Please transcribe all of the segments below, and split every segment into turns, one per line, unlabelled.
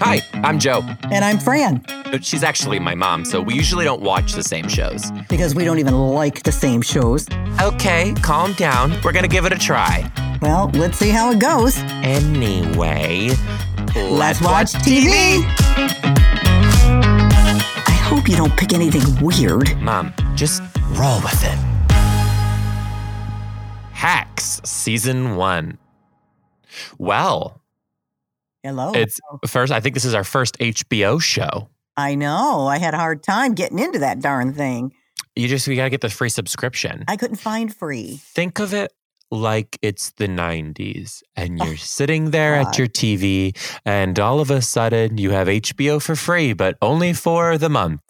Hi, I'm Joe.
And I'm Fran,
But She's actually my mom, so we usually don't watch the same shows.
because we don't even like the same shows.
Okay, calm down. We're gonna give it a try.
Well, let's see how it goes.
Anyway,
Let's watch TV. I hope you don't pick anything weird.
Mom, just roll with it. Hacks, Season 1. Well,
Hello.
it's first, I think this is our first HBO show.
I know. I had a hard time getting into that darn thing.
You just, you gotta get the free subscription.
I couldn't find free.
Think of it like it's the 90s and you're sitting there at
Oh, God.
your TV and all of a sudden you have HBO for free, but only for the month.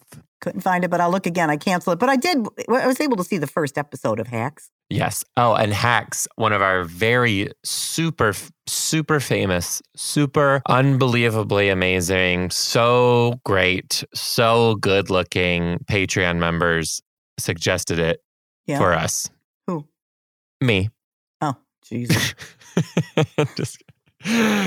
Couldn't find it, but I'll look again. I canceled it, but I did. I was able to see the first episode of Hacks.
Yes. Oh, and Hacks, one of our very super, f- super famous, super unbelievably amazing, so great, so good looking Patreon members suggested it
Yeah.
for us.
Who?
Me.
oh, Jesus.
Just-
Oh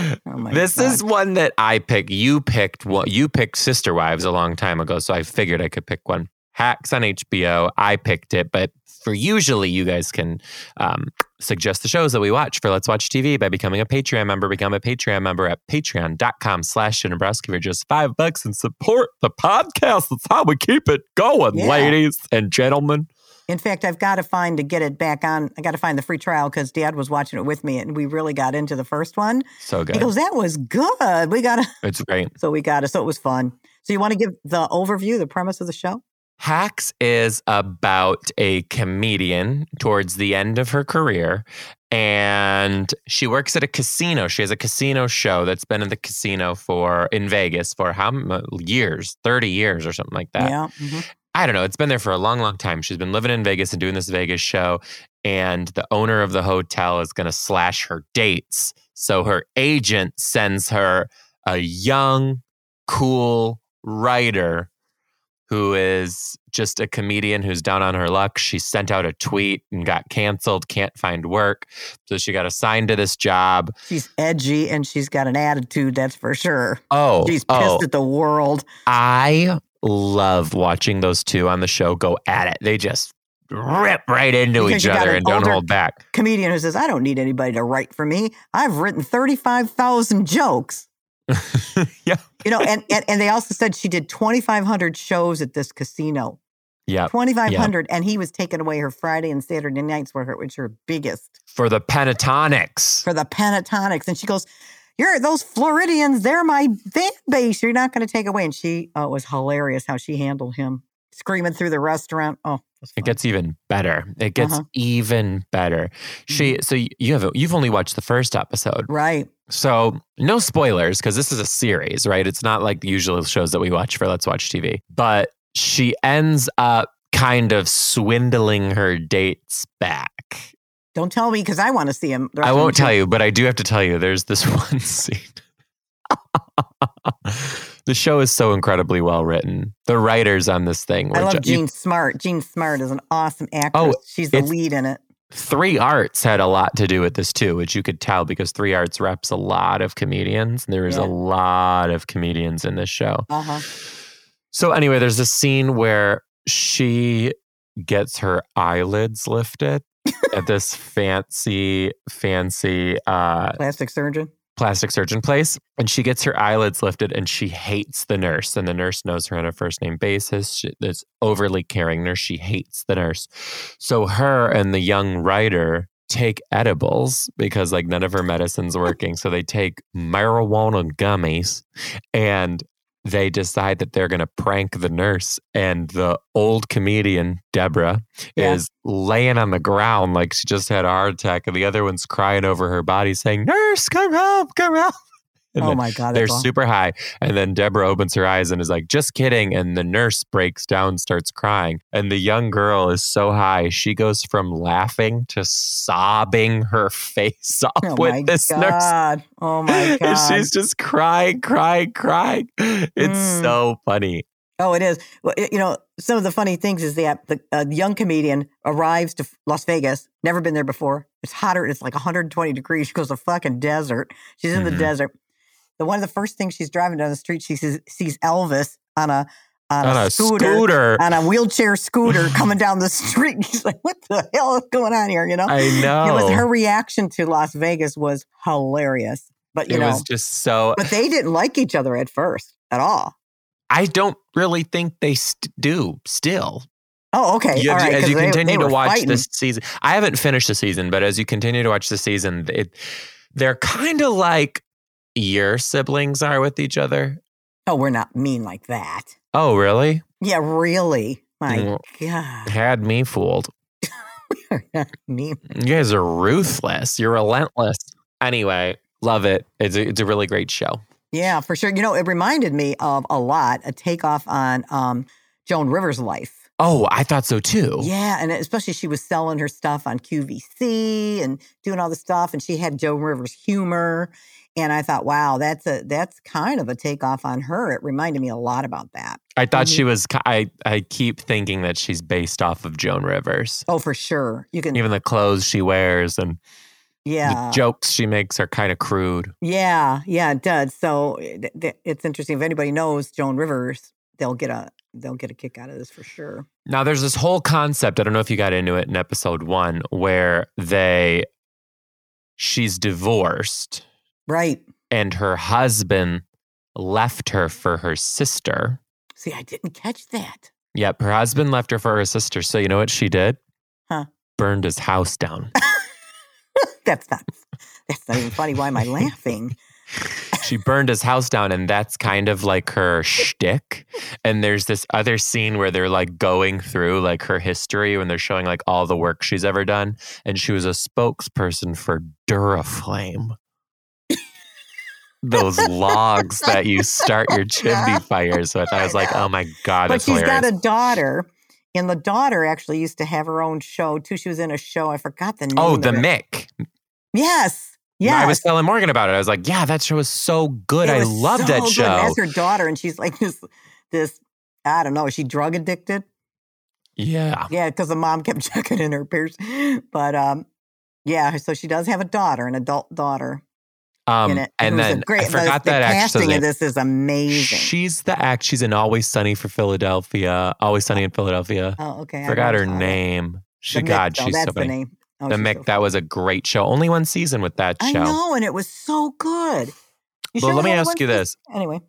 my
this
God.
is one that I pick. You picked one. You picked Sister Wives a long time ago, so I figured I could pick one. Hacks on HBO. I picked it, but for usually you guys can um, suggest the shows that we watch for Let's Watch TV by becoming a Patreon member. Become a Patreon member at patreon.com slash Dabrowski for just five bucks and support the podcast. That's how we keep it going,
Yeah.
ladies and gentlemen.
In fact, I've got to find to get it back on. I got to find the free trial because Dad was watching it with me, and we really got into the first one.
So
He
good.
goes, "That was good. We got to."
It's great.
So we got it. So it was fun. So you want to give the overview, the premise of the show?
Hacks is about a comedian towards the end of her career. And she works at a casino. She has a casino show that's been in the casino for in Vegas for how m- years? 30 years or something like that.
Yeah. mhm.
I don't know. It's been there for a long, long time. She's been living in Vegas and doing this Vegas show. And the owner of the hotel is going to slash her dates. So her agent sends her a young, cool writer who is just a comedian who's down on her luck. She sent out a tweet and got canceled, can't find work. So she got assigned to this job.
She's edgy and she's got an attitude. That's for sure.
Oh,
She's pissed
oh,
at the world.
I love watching those two on the show go at it. They just rip right into
Because
each
you got
other
an
and don't
older-
hold back.
Comedian who says, "I don't need anybody to write for me. I've written thirty-five thousand jokes."
Yeah.
You know, and, and and they also said she did twenty-five hundred shows at this casino.
Yeah.
2,500. And he was taking away her Friday and Saturday nights, were her, which are biggest
For the pentatonics.
for the pentatonics. And she goes, You're those Floridians, they're my fan base. You're not going to take away. And she, oh, it was hilarious how she handled him, screaming through the restaurant. Oh, was
It
fun.
gets even better. It gets
Uh-huh. Mm-hmm.
even better. She so y- you have you've only watched the first episode.
right.
So no spoilers because this is a series, right? It's not like the usual shows that we watch for Let's Watch TV. But she ends up kind of swindling her dates back.
Don't tell me because I want to see him.
I won't tell you, but I do have to tell you there's this one scene. the show is so incredibly well written. The writers on this thing were
I love
ju- you- Oh,
Gene Smart. Gene Smart is an awesome actress. She's the
it's-
lead in it.
Three Arts had a lot to do with this too, which you could tell because Three Arts reps a lot of comedians. And there is
Yeah.
a lot of comedians in this show.
Uh huh.
So anyway, there's this scene where she gets her eyelids lifted at this fancy, fancy uh,
Plastic surgeon.
plastic surgeon place and she gets her eyelids lifted and she hates the nurse and the nurse knows her on a first name basis she, this overly caring nurse she hates the nurse so her and the young writer take edibles because like none of her medicine's working so they take marijuana gummies and they decide that they're going to prank the nurse and the old comedian deborah
Yeah.
is laying on the ground like she just had a heart attack and the other one's crying over her body saying nurse come help come help and
Oh
then
my God.
they're
that's aw-
super high and then deborah opens her eyes and is like just kidding and the nurse breaks down starts crying and the young girl is so high she goes from laughing to sobbing her face off
Oh my
with this nurse
God. Oh my
and
God.
she's just crying, crying, crying. It's
Mm.
so funny.
Oh, it is. Well, it- you know, some of the funny things is that the a young comedian arrives to Las Vegas, never been there before. It's hotter. It's like 120 degrees. She goes to fucking desert. She's in
Mhm.
the desert. the one of the first things she's driving down the street, she sees, sees Elvis on a on,
on
a, scooter, on a wheelchair scooter coming down the street. She's like, "What the hell is going on here?" You know.
I know.
It was her reaction to Las Vegas was hilarious, but you
It
know,
was just so.
but they didn't like each other at first at all.
I don't really think they st- do still.
Oh, okay.
You-
all right,
as
'cause
you
they-
continue
they
to
were
watch
fighting.
this season, I haven't finished the season, but as you continue to watch the season, it, they're kind of like your siblings are with each other.
Oh, we're not mean like that.
Oh, really?
Yeah, really. My
Mm. Had me fooled.
God. Me.
You guys are ruthless. You're relentless. Anyway, love it. It's a, it's a really great show.
Yeah, for sure. You know, it reminded me of a lot, a takeoff on um, Joan Rivers' life.
Oh, I thought so too.
Yeah, and especially she was selling her stuff on QVC and doing all the stuff, and she had Joan Rivers' humor. And I thought, wow, that's a that's kind of a takeoff on her. It reminded me a lot about that.
I thought she was. ki- I I keep thinking that she's based off of Joan Rivers.
Oh, for sure. You can,
Even the clothes she wears and
yeah.
the jokes she makes are kind of crude.
Yeah, yeah, it does. So it, it- it's interesting. If anybody knows Joan Rivers, they'll get a they'll get a kick out of this for sure.
Now, there's this whole concept. I don't know if you got into it in episode one, where they, she's divorced
Right.
and her husband left her for her sister.
See, I didn't catch that.
Yep, her husband left her for her sister. So you know what she did?
Huh.
Burned his house down.
That's not that's not even funny. Why am I laughing?
she burned his house down, and that's kind of like her shtick. And there's this other scene where they're like going through like her history when they're showing like all the work she's ever done, and she was a spokesperson for Duraflame. Those logs that you start your chimney fires with. I was like, oh my god,
but
that's
she's
hilarious.
got a daughter, and the daughter actually used to have her own show too. She was in a show. I forgot the name.
oh,
of
the
it.
Mick.
Yes.
Yeah,
Yes.
I was telling Morgan about it. I was like, yeah, that show is so good.
It
I
was
love
so
that
good.
show.
That's her daughter, and she's like this this I don't know, is she drug addicted?
Yeah.
Yeah, because the mom kept checking in her peers. But um, yeah, so she does have a daughter, an adult daughter
Um,
in it.
and
it was a
then I
the-
forgot
the,
that
casting
actually.
of this is amazing.
She's the act. She's in Always Sunny for Philadelphia. Always Sunny in Philadelphia.
oh, okay. I
forgot
never
her
saw that.
name. She
The Mick,
God,
though,
she's
that's
so
the
funny.
name. Oh,
The
she's
Mick,
so-
that was a great show. Only one season with that
I
show.
know, and it was so good. You
But
sure
let me
had
ask
one
you
season-
this:
Anyway,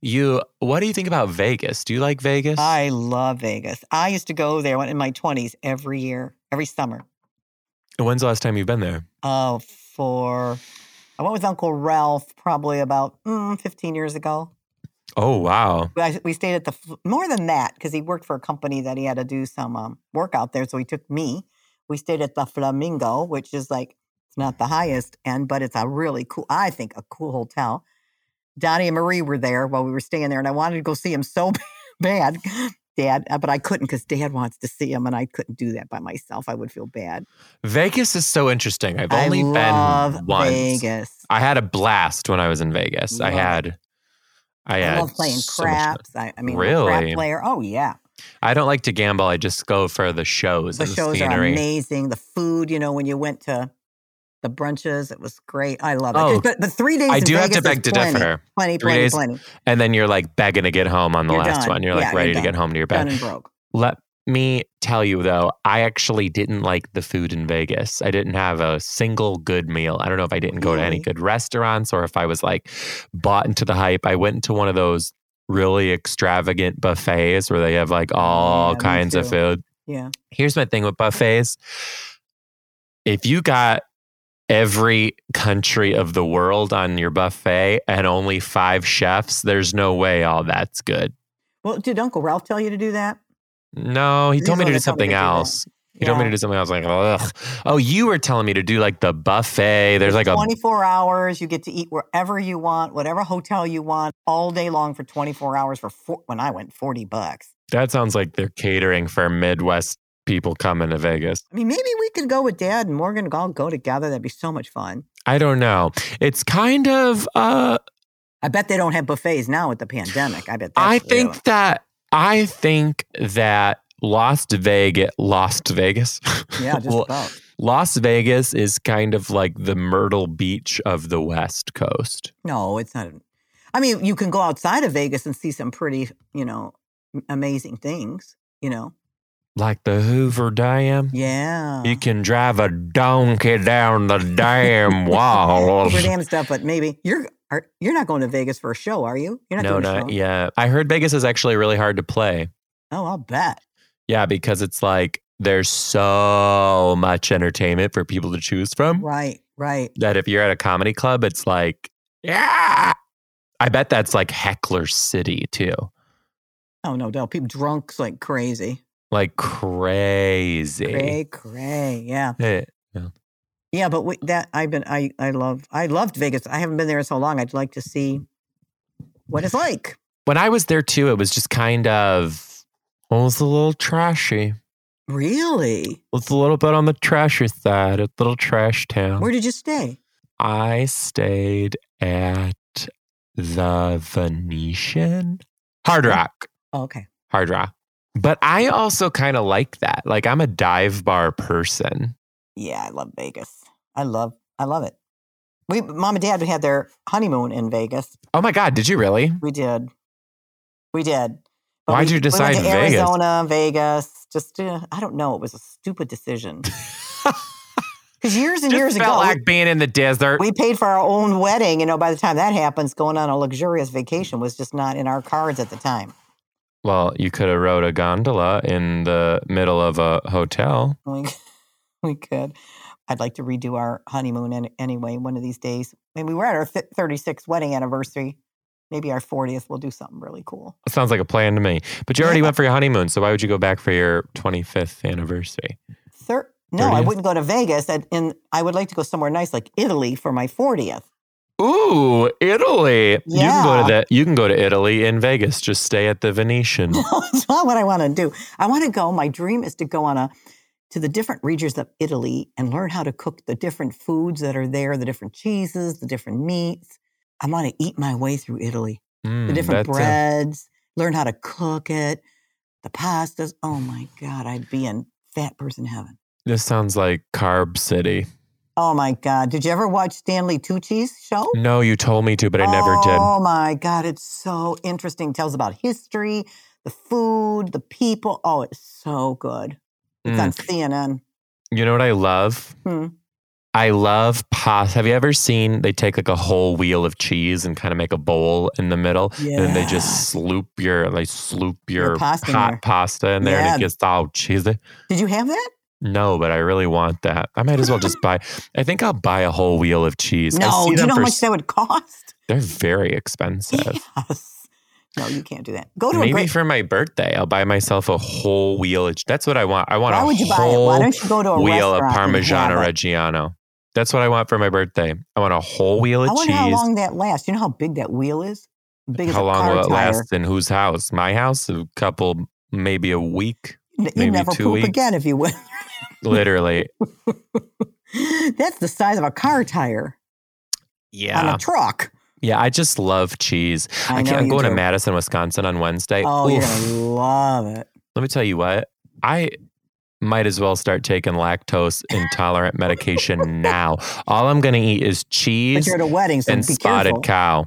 You, what do you think about Vegas? Do you like Vegas?
I love Vegas. I used to go there when- in my 20s every year, every summer.
When's the last time you've been there?
Oh, for, I went with Uncle Ralph probably about mm, 15 years ago.
Oh wow!
I, we stayed at the F- more than that because he worked for a company that he had to do some um, work out there. So he took me. We stayed at the Flamingo, which is like it's not the highest end, but it's a really cool. I think a cool hotel. Donnie and Marie were there while we were staying there, and I wanted to go see him so bad, Dad, uh, but I couldn't because Dad wants to see him, and I couldn't do that by myself. I would feel bad.
Vegas is so interesting. I've only
I love
been once.
Vegas.
I had a blast when I was in Vegas. I
Love it.
had, I had.
I love playing
so much fun.
craps. I, I mean, I'm a crap
Really?
player. Oh yeah.
I don't like to gamble. I just go for the shows
the
and the
shows are
scenery.
amazing. The food, you know, when you went to the brunches, it was great. I love it.
Oh,
but, but three days.
I
in
do have
Vegas
to
is
beg to
plenty,
differ.
Plenty,
Three
plenty,
days,
plenty.
And then you're like begging to get home on the
You're
last
done.
one. You're
Yeah,
like
you're
ready to
done.
get home to your
Done
bed.
and broke.
Let me tell you though, I actually didn't like the food in Vegas. I didn't have a single good meal. I don't know if I didn't go to any
Really?
good restaurants or if I was like bought into the hype. I went into one of those really extravagant buffets where they have like all
Oh, yeah, me
kinds of
too.
food
Yeah.
here's my thing with buffets if you got every country of the world on your buffet and only five chefs there's no way all that's good
Well, did Uncle Ralph tell you to do that?
no he
These
told me
are
to
the
do
companies
something
that do that.
else he told me to do something else like ugh. oh you were telling me to do like the buffet there's like a
24 hours. You get to eat wherever you want, whatever hotel you want, all day long for 24 hours. For four, when I went, 40 bucks.
that sounds like they're catering for midwest people coming to vegas
I mean, maybe we could go with Dad and Morgan. and All go together. That'd be so much fun.
i don't know it's kind of uh
I bet they don't have buffets now with the pandemic. I bet. That's
I
real.
think that I think that Las Vegas, Las Vegas,
Yeah, just
Well,
about.
Las Vegas is kind of like the Myrtle Beach of the West Coast.
No, it's not. I mean, you can go outside of Vegas and see some pretty, you know, amazing things, you know.
Like the Hoover Dam.
Yeah.
You can drive a donkey down the dam wall.
For damn stuff, but maybe you're are, you're not going to Vegas for a show, are you? You're not
no,
doing a
not
show.
yet. I heard Vegas is actually really hard to play.
Oh, I'll bet.
Yeah, because it's like there's so much entertainment for people to choose from
Right, right.
that if you're at a comedy club, it's like, yeah. I bet that's like Heckler City too.
Oh no, doubt. People drunks like crazy.
Like crazy.
Cray, cray. Yeah,
Eh,
yeah. But we, that I've been. I I love. I loved Vegas. I haven't been there in so long. I'd like to see what it's like.
When I was there too, it was just kind of almost a little trashy.
Really?
It's a little bit on the trashy side, a little trash town.
Where did you stay?
I stayed at the Venetian Hard Rock.
Oh, okay.
Hard Rock. But I also kind of like that. Like I'm a dive bar person.
Yeah, I love Vegas. I love. I love it. We, mom and dad, had their honeymoon in Vegas.
Oh my God, did you really?
We did. We did. But
Why'd
we-
you decide
we went to
Vegas?
Arizona, Vegas? Just uh, I don't know. It was a stupid decision. Because years and
Just
years
felt
ago,
like being in the desert.
we paid for our own wedding. You know, by the time that happens, going on a luxurious vacation was just not in our cards at the time.
well, you could have rode a gondola in the middle of a hotel.
We, we could. I'd like to redo our honeymoon an anyway one of these days. I mean, we were at our th- 36th wedding anniversary. Maybe our 40th, we'll do something really cool.
That sounds like a plan to me. But you already
Yeah.
went for your honeymoon, so why would you go back for your 25th anniversary?
Thir- no, I
30th?
wouldn't go to Vegas. And, and I would like to go somewhere nice like Italy for my 40th.
Ooh, Italy! You can go to
Yeah.
the you can go to Italy in Vegas. Just stay at the Venetian.
That's not what I want to do. I want to go. My dream is to go on a to the different regions of Italy and learn how to cook the different foods that are there, the different cheeses, the different meats. I want to eat my way through Italy, the
Mm,
different
that's a-
breads, learn how to cook it, the pastas. Oh my God, I'd be in fat person heaven.
this sounds like Carb City.
Oh my God, did you ever watch Stanley Tucci's show?
No, you told me to, but Mm, I never did.
Oh my God, it's so interesting. tells about history, the food, the people. Oh, it's so good. It's
Mm.
on CNN.
You know what I love?
Hmm.
I love pasta. Have you ever seen they take like a whole wheel of cheese and kind of make a bowl in the middle?
Yeah.
And then they just sloop your they sloop your,
Your pasta in
hot
there.
pasta in there
Yeah.
and it gets all cheesy.
Did you have that?
No, but I really want that. I might as well just buy. I think I'll buy a whole wheel of cheese. I
no.
see
Do you
them
know how
for-
much that would cost?
They're very expensive.
Yes. No, you can't do that. Go to
Maybe
a great.
for my birthday, I'll buy myself a whole wheel. Of, that's what I want. I want
Why
a
would you buy it?
whole
Why don't you go to a
wheel of
restaurant and have
Parmigiano
it?
Reggiano. That's what I want for my birthday. I want a whole wheel of
I wonder
cheese.
how long that lasts. You know how big that wheel is? Big as
How
a
long
car
will it
tire.
last in whose house? My house? A couple, maybe a week,
You
Maybe
never
two
poop
weeks.
again if you win.
literally.
uh, That's the size of a car tire on
Mm. Yeah.
a truck.
Yeah, I just love cheese.
I,
I
know
can't, I'm
you
going
do.
to Madison, Wisconsin on Wednesday.
Oh, you're
Oof.
gonna love it.
Let me tell you what, I might as well start taking lactose intolerant medication now. All I'm going to eat is
But
cheese
you're at a wedding, so
and
be
spotted
careful.
cow.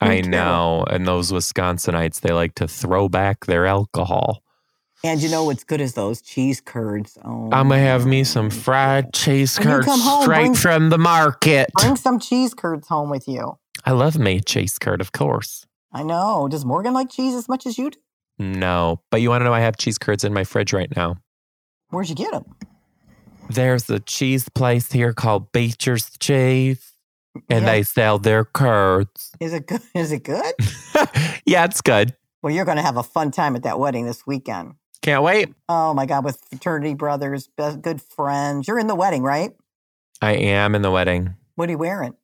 I
careful.
know. And those Wisconsinites, they like to throw back their alcohol.
and you know what's good is those cheese curds. Oh,
I'm going to have me some
my
fried cheese
When you
curds
come home,
straight
bring-
from the market.
Bring some cheese curds home with you.
I love made cheese curd, of course.
I know. Does Morgan like cheese as much as you do?
No, but you want to know I have cheese curds in my fridge right now.
Where'd you get them?
There's a cheese place here called Beecher's Cheese, and they sell their curds.
is it good? Is it good?
yeah, it's good.
well, you're going to have a fun time at that wedding this weekend.
Can't wait.
Oh my God, with fraternity brothers, best, good friends. You're in the wedding, right?
I am in the wedding.
What are you wearing?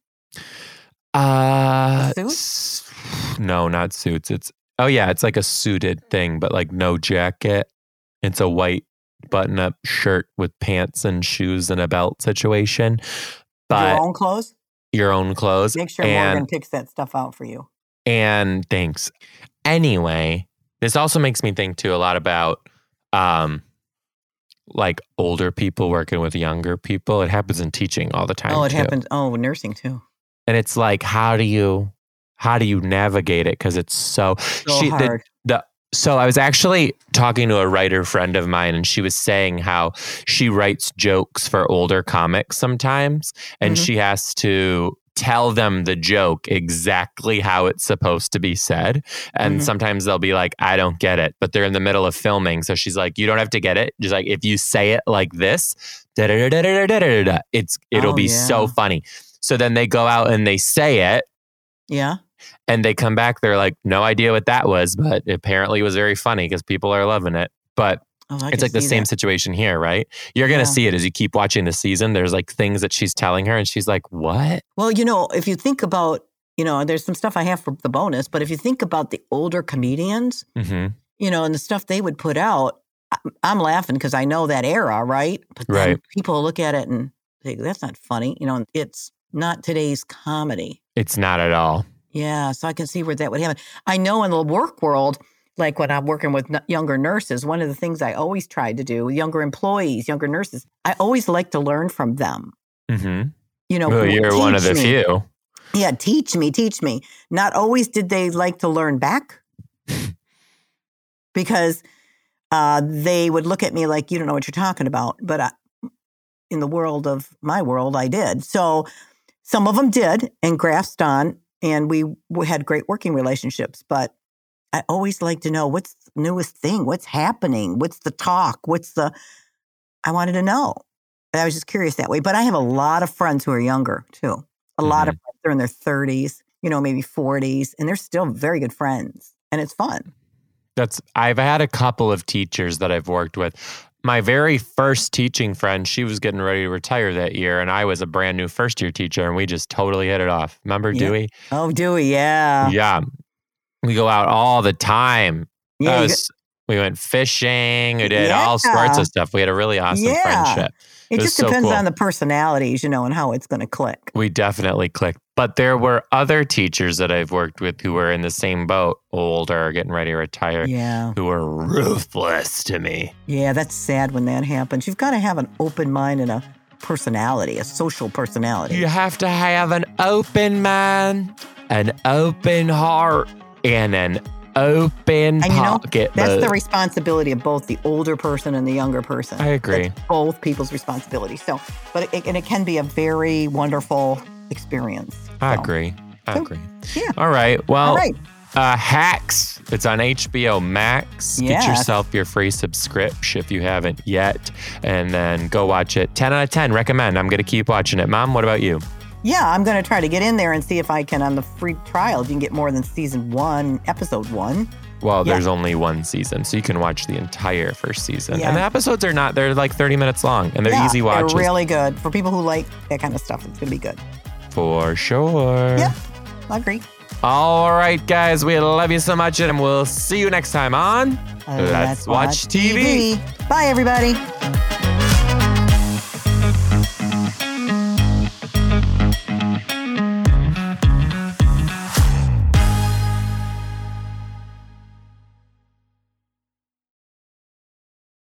Uh,
suit?
s- No, not suits. It's oh yeah, it's like a suited thing, but like no jacket. It's a white button-up shirt with pants and shoes and a belt situation, but
Your own clothes?
your own clothes.
Make sure
and
Morgan picks that stuff out for you.
and thanks. Anyway, this also makes me think too a lot about um like older people working with younger people. It happens in teaching all the time.
Oh, it
too.
happens. Oh, nursing too.
And it's like, how do you, how do you navigate it? Because it's so.
So
she, the-
hard.
so I was actually talking to a writer friend of mine, and she was saying how she writes jokes for older comics sometimes, and
Mhm.
she has to tell them the joke exactly how it's supposed to be said. And
Mhm.
sometimes they'll be like, I don't get it, but they're in the middle of filming. So she's like, You don't have to get it. Just like, if you say it like this, da da da da da da da da, it's, it'll
Oh,
be
yeah.
so funny. So then they go out and they say it
yeah.
and they come back they're like no idea what that was but apparently it was very funny because people are loving it but
Oh, I
it's
can
like the
see
same
that.
situation here right you're gonna
Yeah.
see it as you keep watching the season there's like things that she's telling her and she's like what
Well, you know, if you think about, you know, there's some stuff I have for the bonus, but if you think about the older comedians,
mm-hmm.
you know, and the stuff they would put out, I- I'm laughing because I know that era, right? But then
Right.
people look at it and think that's not funny. You know, and it's not today's comedy.
it's not at all
Yeah, so I can see where that would happen. I know in the work world, like when I'm working with n- younger nurses, one of the things I always try to do, younger employees, younger nurses, I always like to learn from them.
mm-hmm.
You know,
well, you're one of
teach
the
me.
few
Yeah, teach me, teach me. Not always did they like to learn back because uh, they would look at me like, you don't know what you're talking about. But I, in the world of my world, I did. So some of them did and grasped on, and we, we had great working relationships. But I always like to know what's the newest thing, what's happening, what's the talk, what's the. I wanted to know. And I was just curious that way. But I have a lot of friends who are younger too. A lot of friends are in their 30s, you know, maybe 40s, and they're still very good friends. And it's fun.
that's i've had a couple of teachers that i've worked with my very first teaching friend she was getting ready to retire that year and i was a brand new first year teacher and we just totally hit it off remember
Yeah.
dewey
Oh, Dewey, yeah.
yeah we go out all the time
Yeah,
That
you
was- Oh, we went fishing. We did all sorts
Yeah.
of stuff. We had a really awesome
Yeah.
friendship.
It,
It was
just
so
depends
cool.
on the personalities, you know, and how it's going to click.
We definitely clicked. But there were other teachers that I've worked with who were in the same boat, older, getting ready to retire,
Yeah.
who were ruthless to me.
Yeah, that's sad when that happens. You've got to have an open mind and a personality, a social personality.
You have to have an open mind, an open heart, and an open
And you know,
pocketbook.
That's the responsibility of both the older person and the younger person.
I agree.
That's both people's responsibility. So, but it, and it can be a very wonderful experience.
I
So,
agree. I
So,
agree.
yeah.
All right. Well,
All right.
Uh, Hacks. It's on HBO Max.
Yes.
Get yourself your free subscription if you haven't yet, and then go watch it. Ten out of ten. Recommend. I'm gonna keep watching it. Mom, what about you?
Yeah, I'm going to try to get in there and see if I can on the free trial. You can get more than season one, episode one.
Well,
Yeah.
there's only one season, so you can watch the entire first season.
Yeah.
And the episodes are not. They're like 30 minutes long, and they're
Yeah,
easy watches
They're really good for people who like that kind of stuff. It's going to be good.
for sure.
Yeah, I agree.
All right, guys. We love you so much, and we'll see you next time on Let's Watch TV.
Bye, everybody.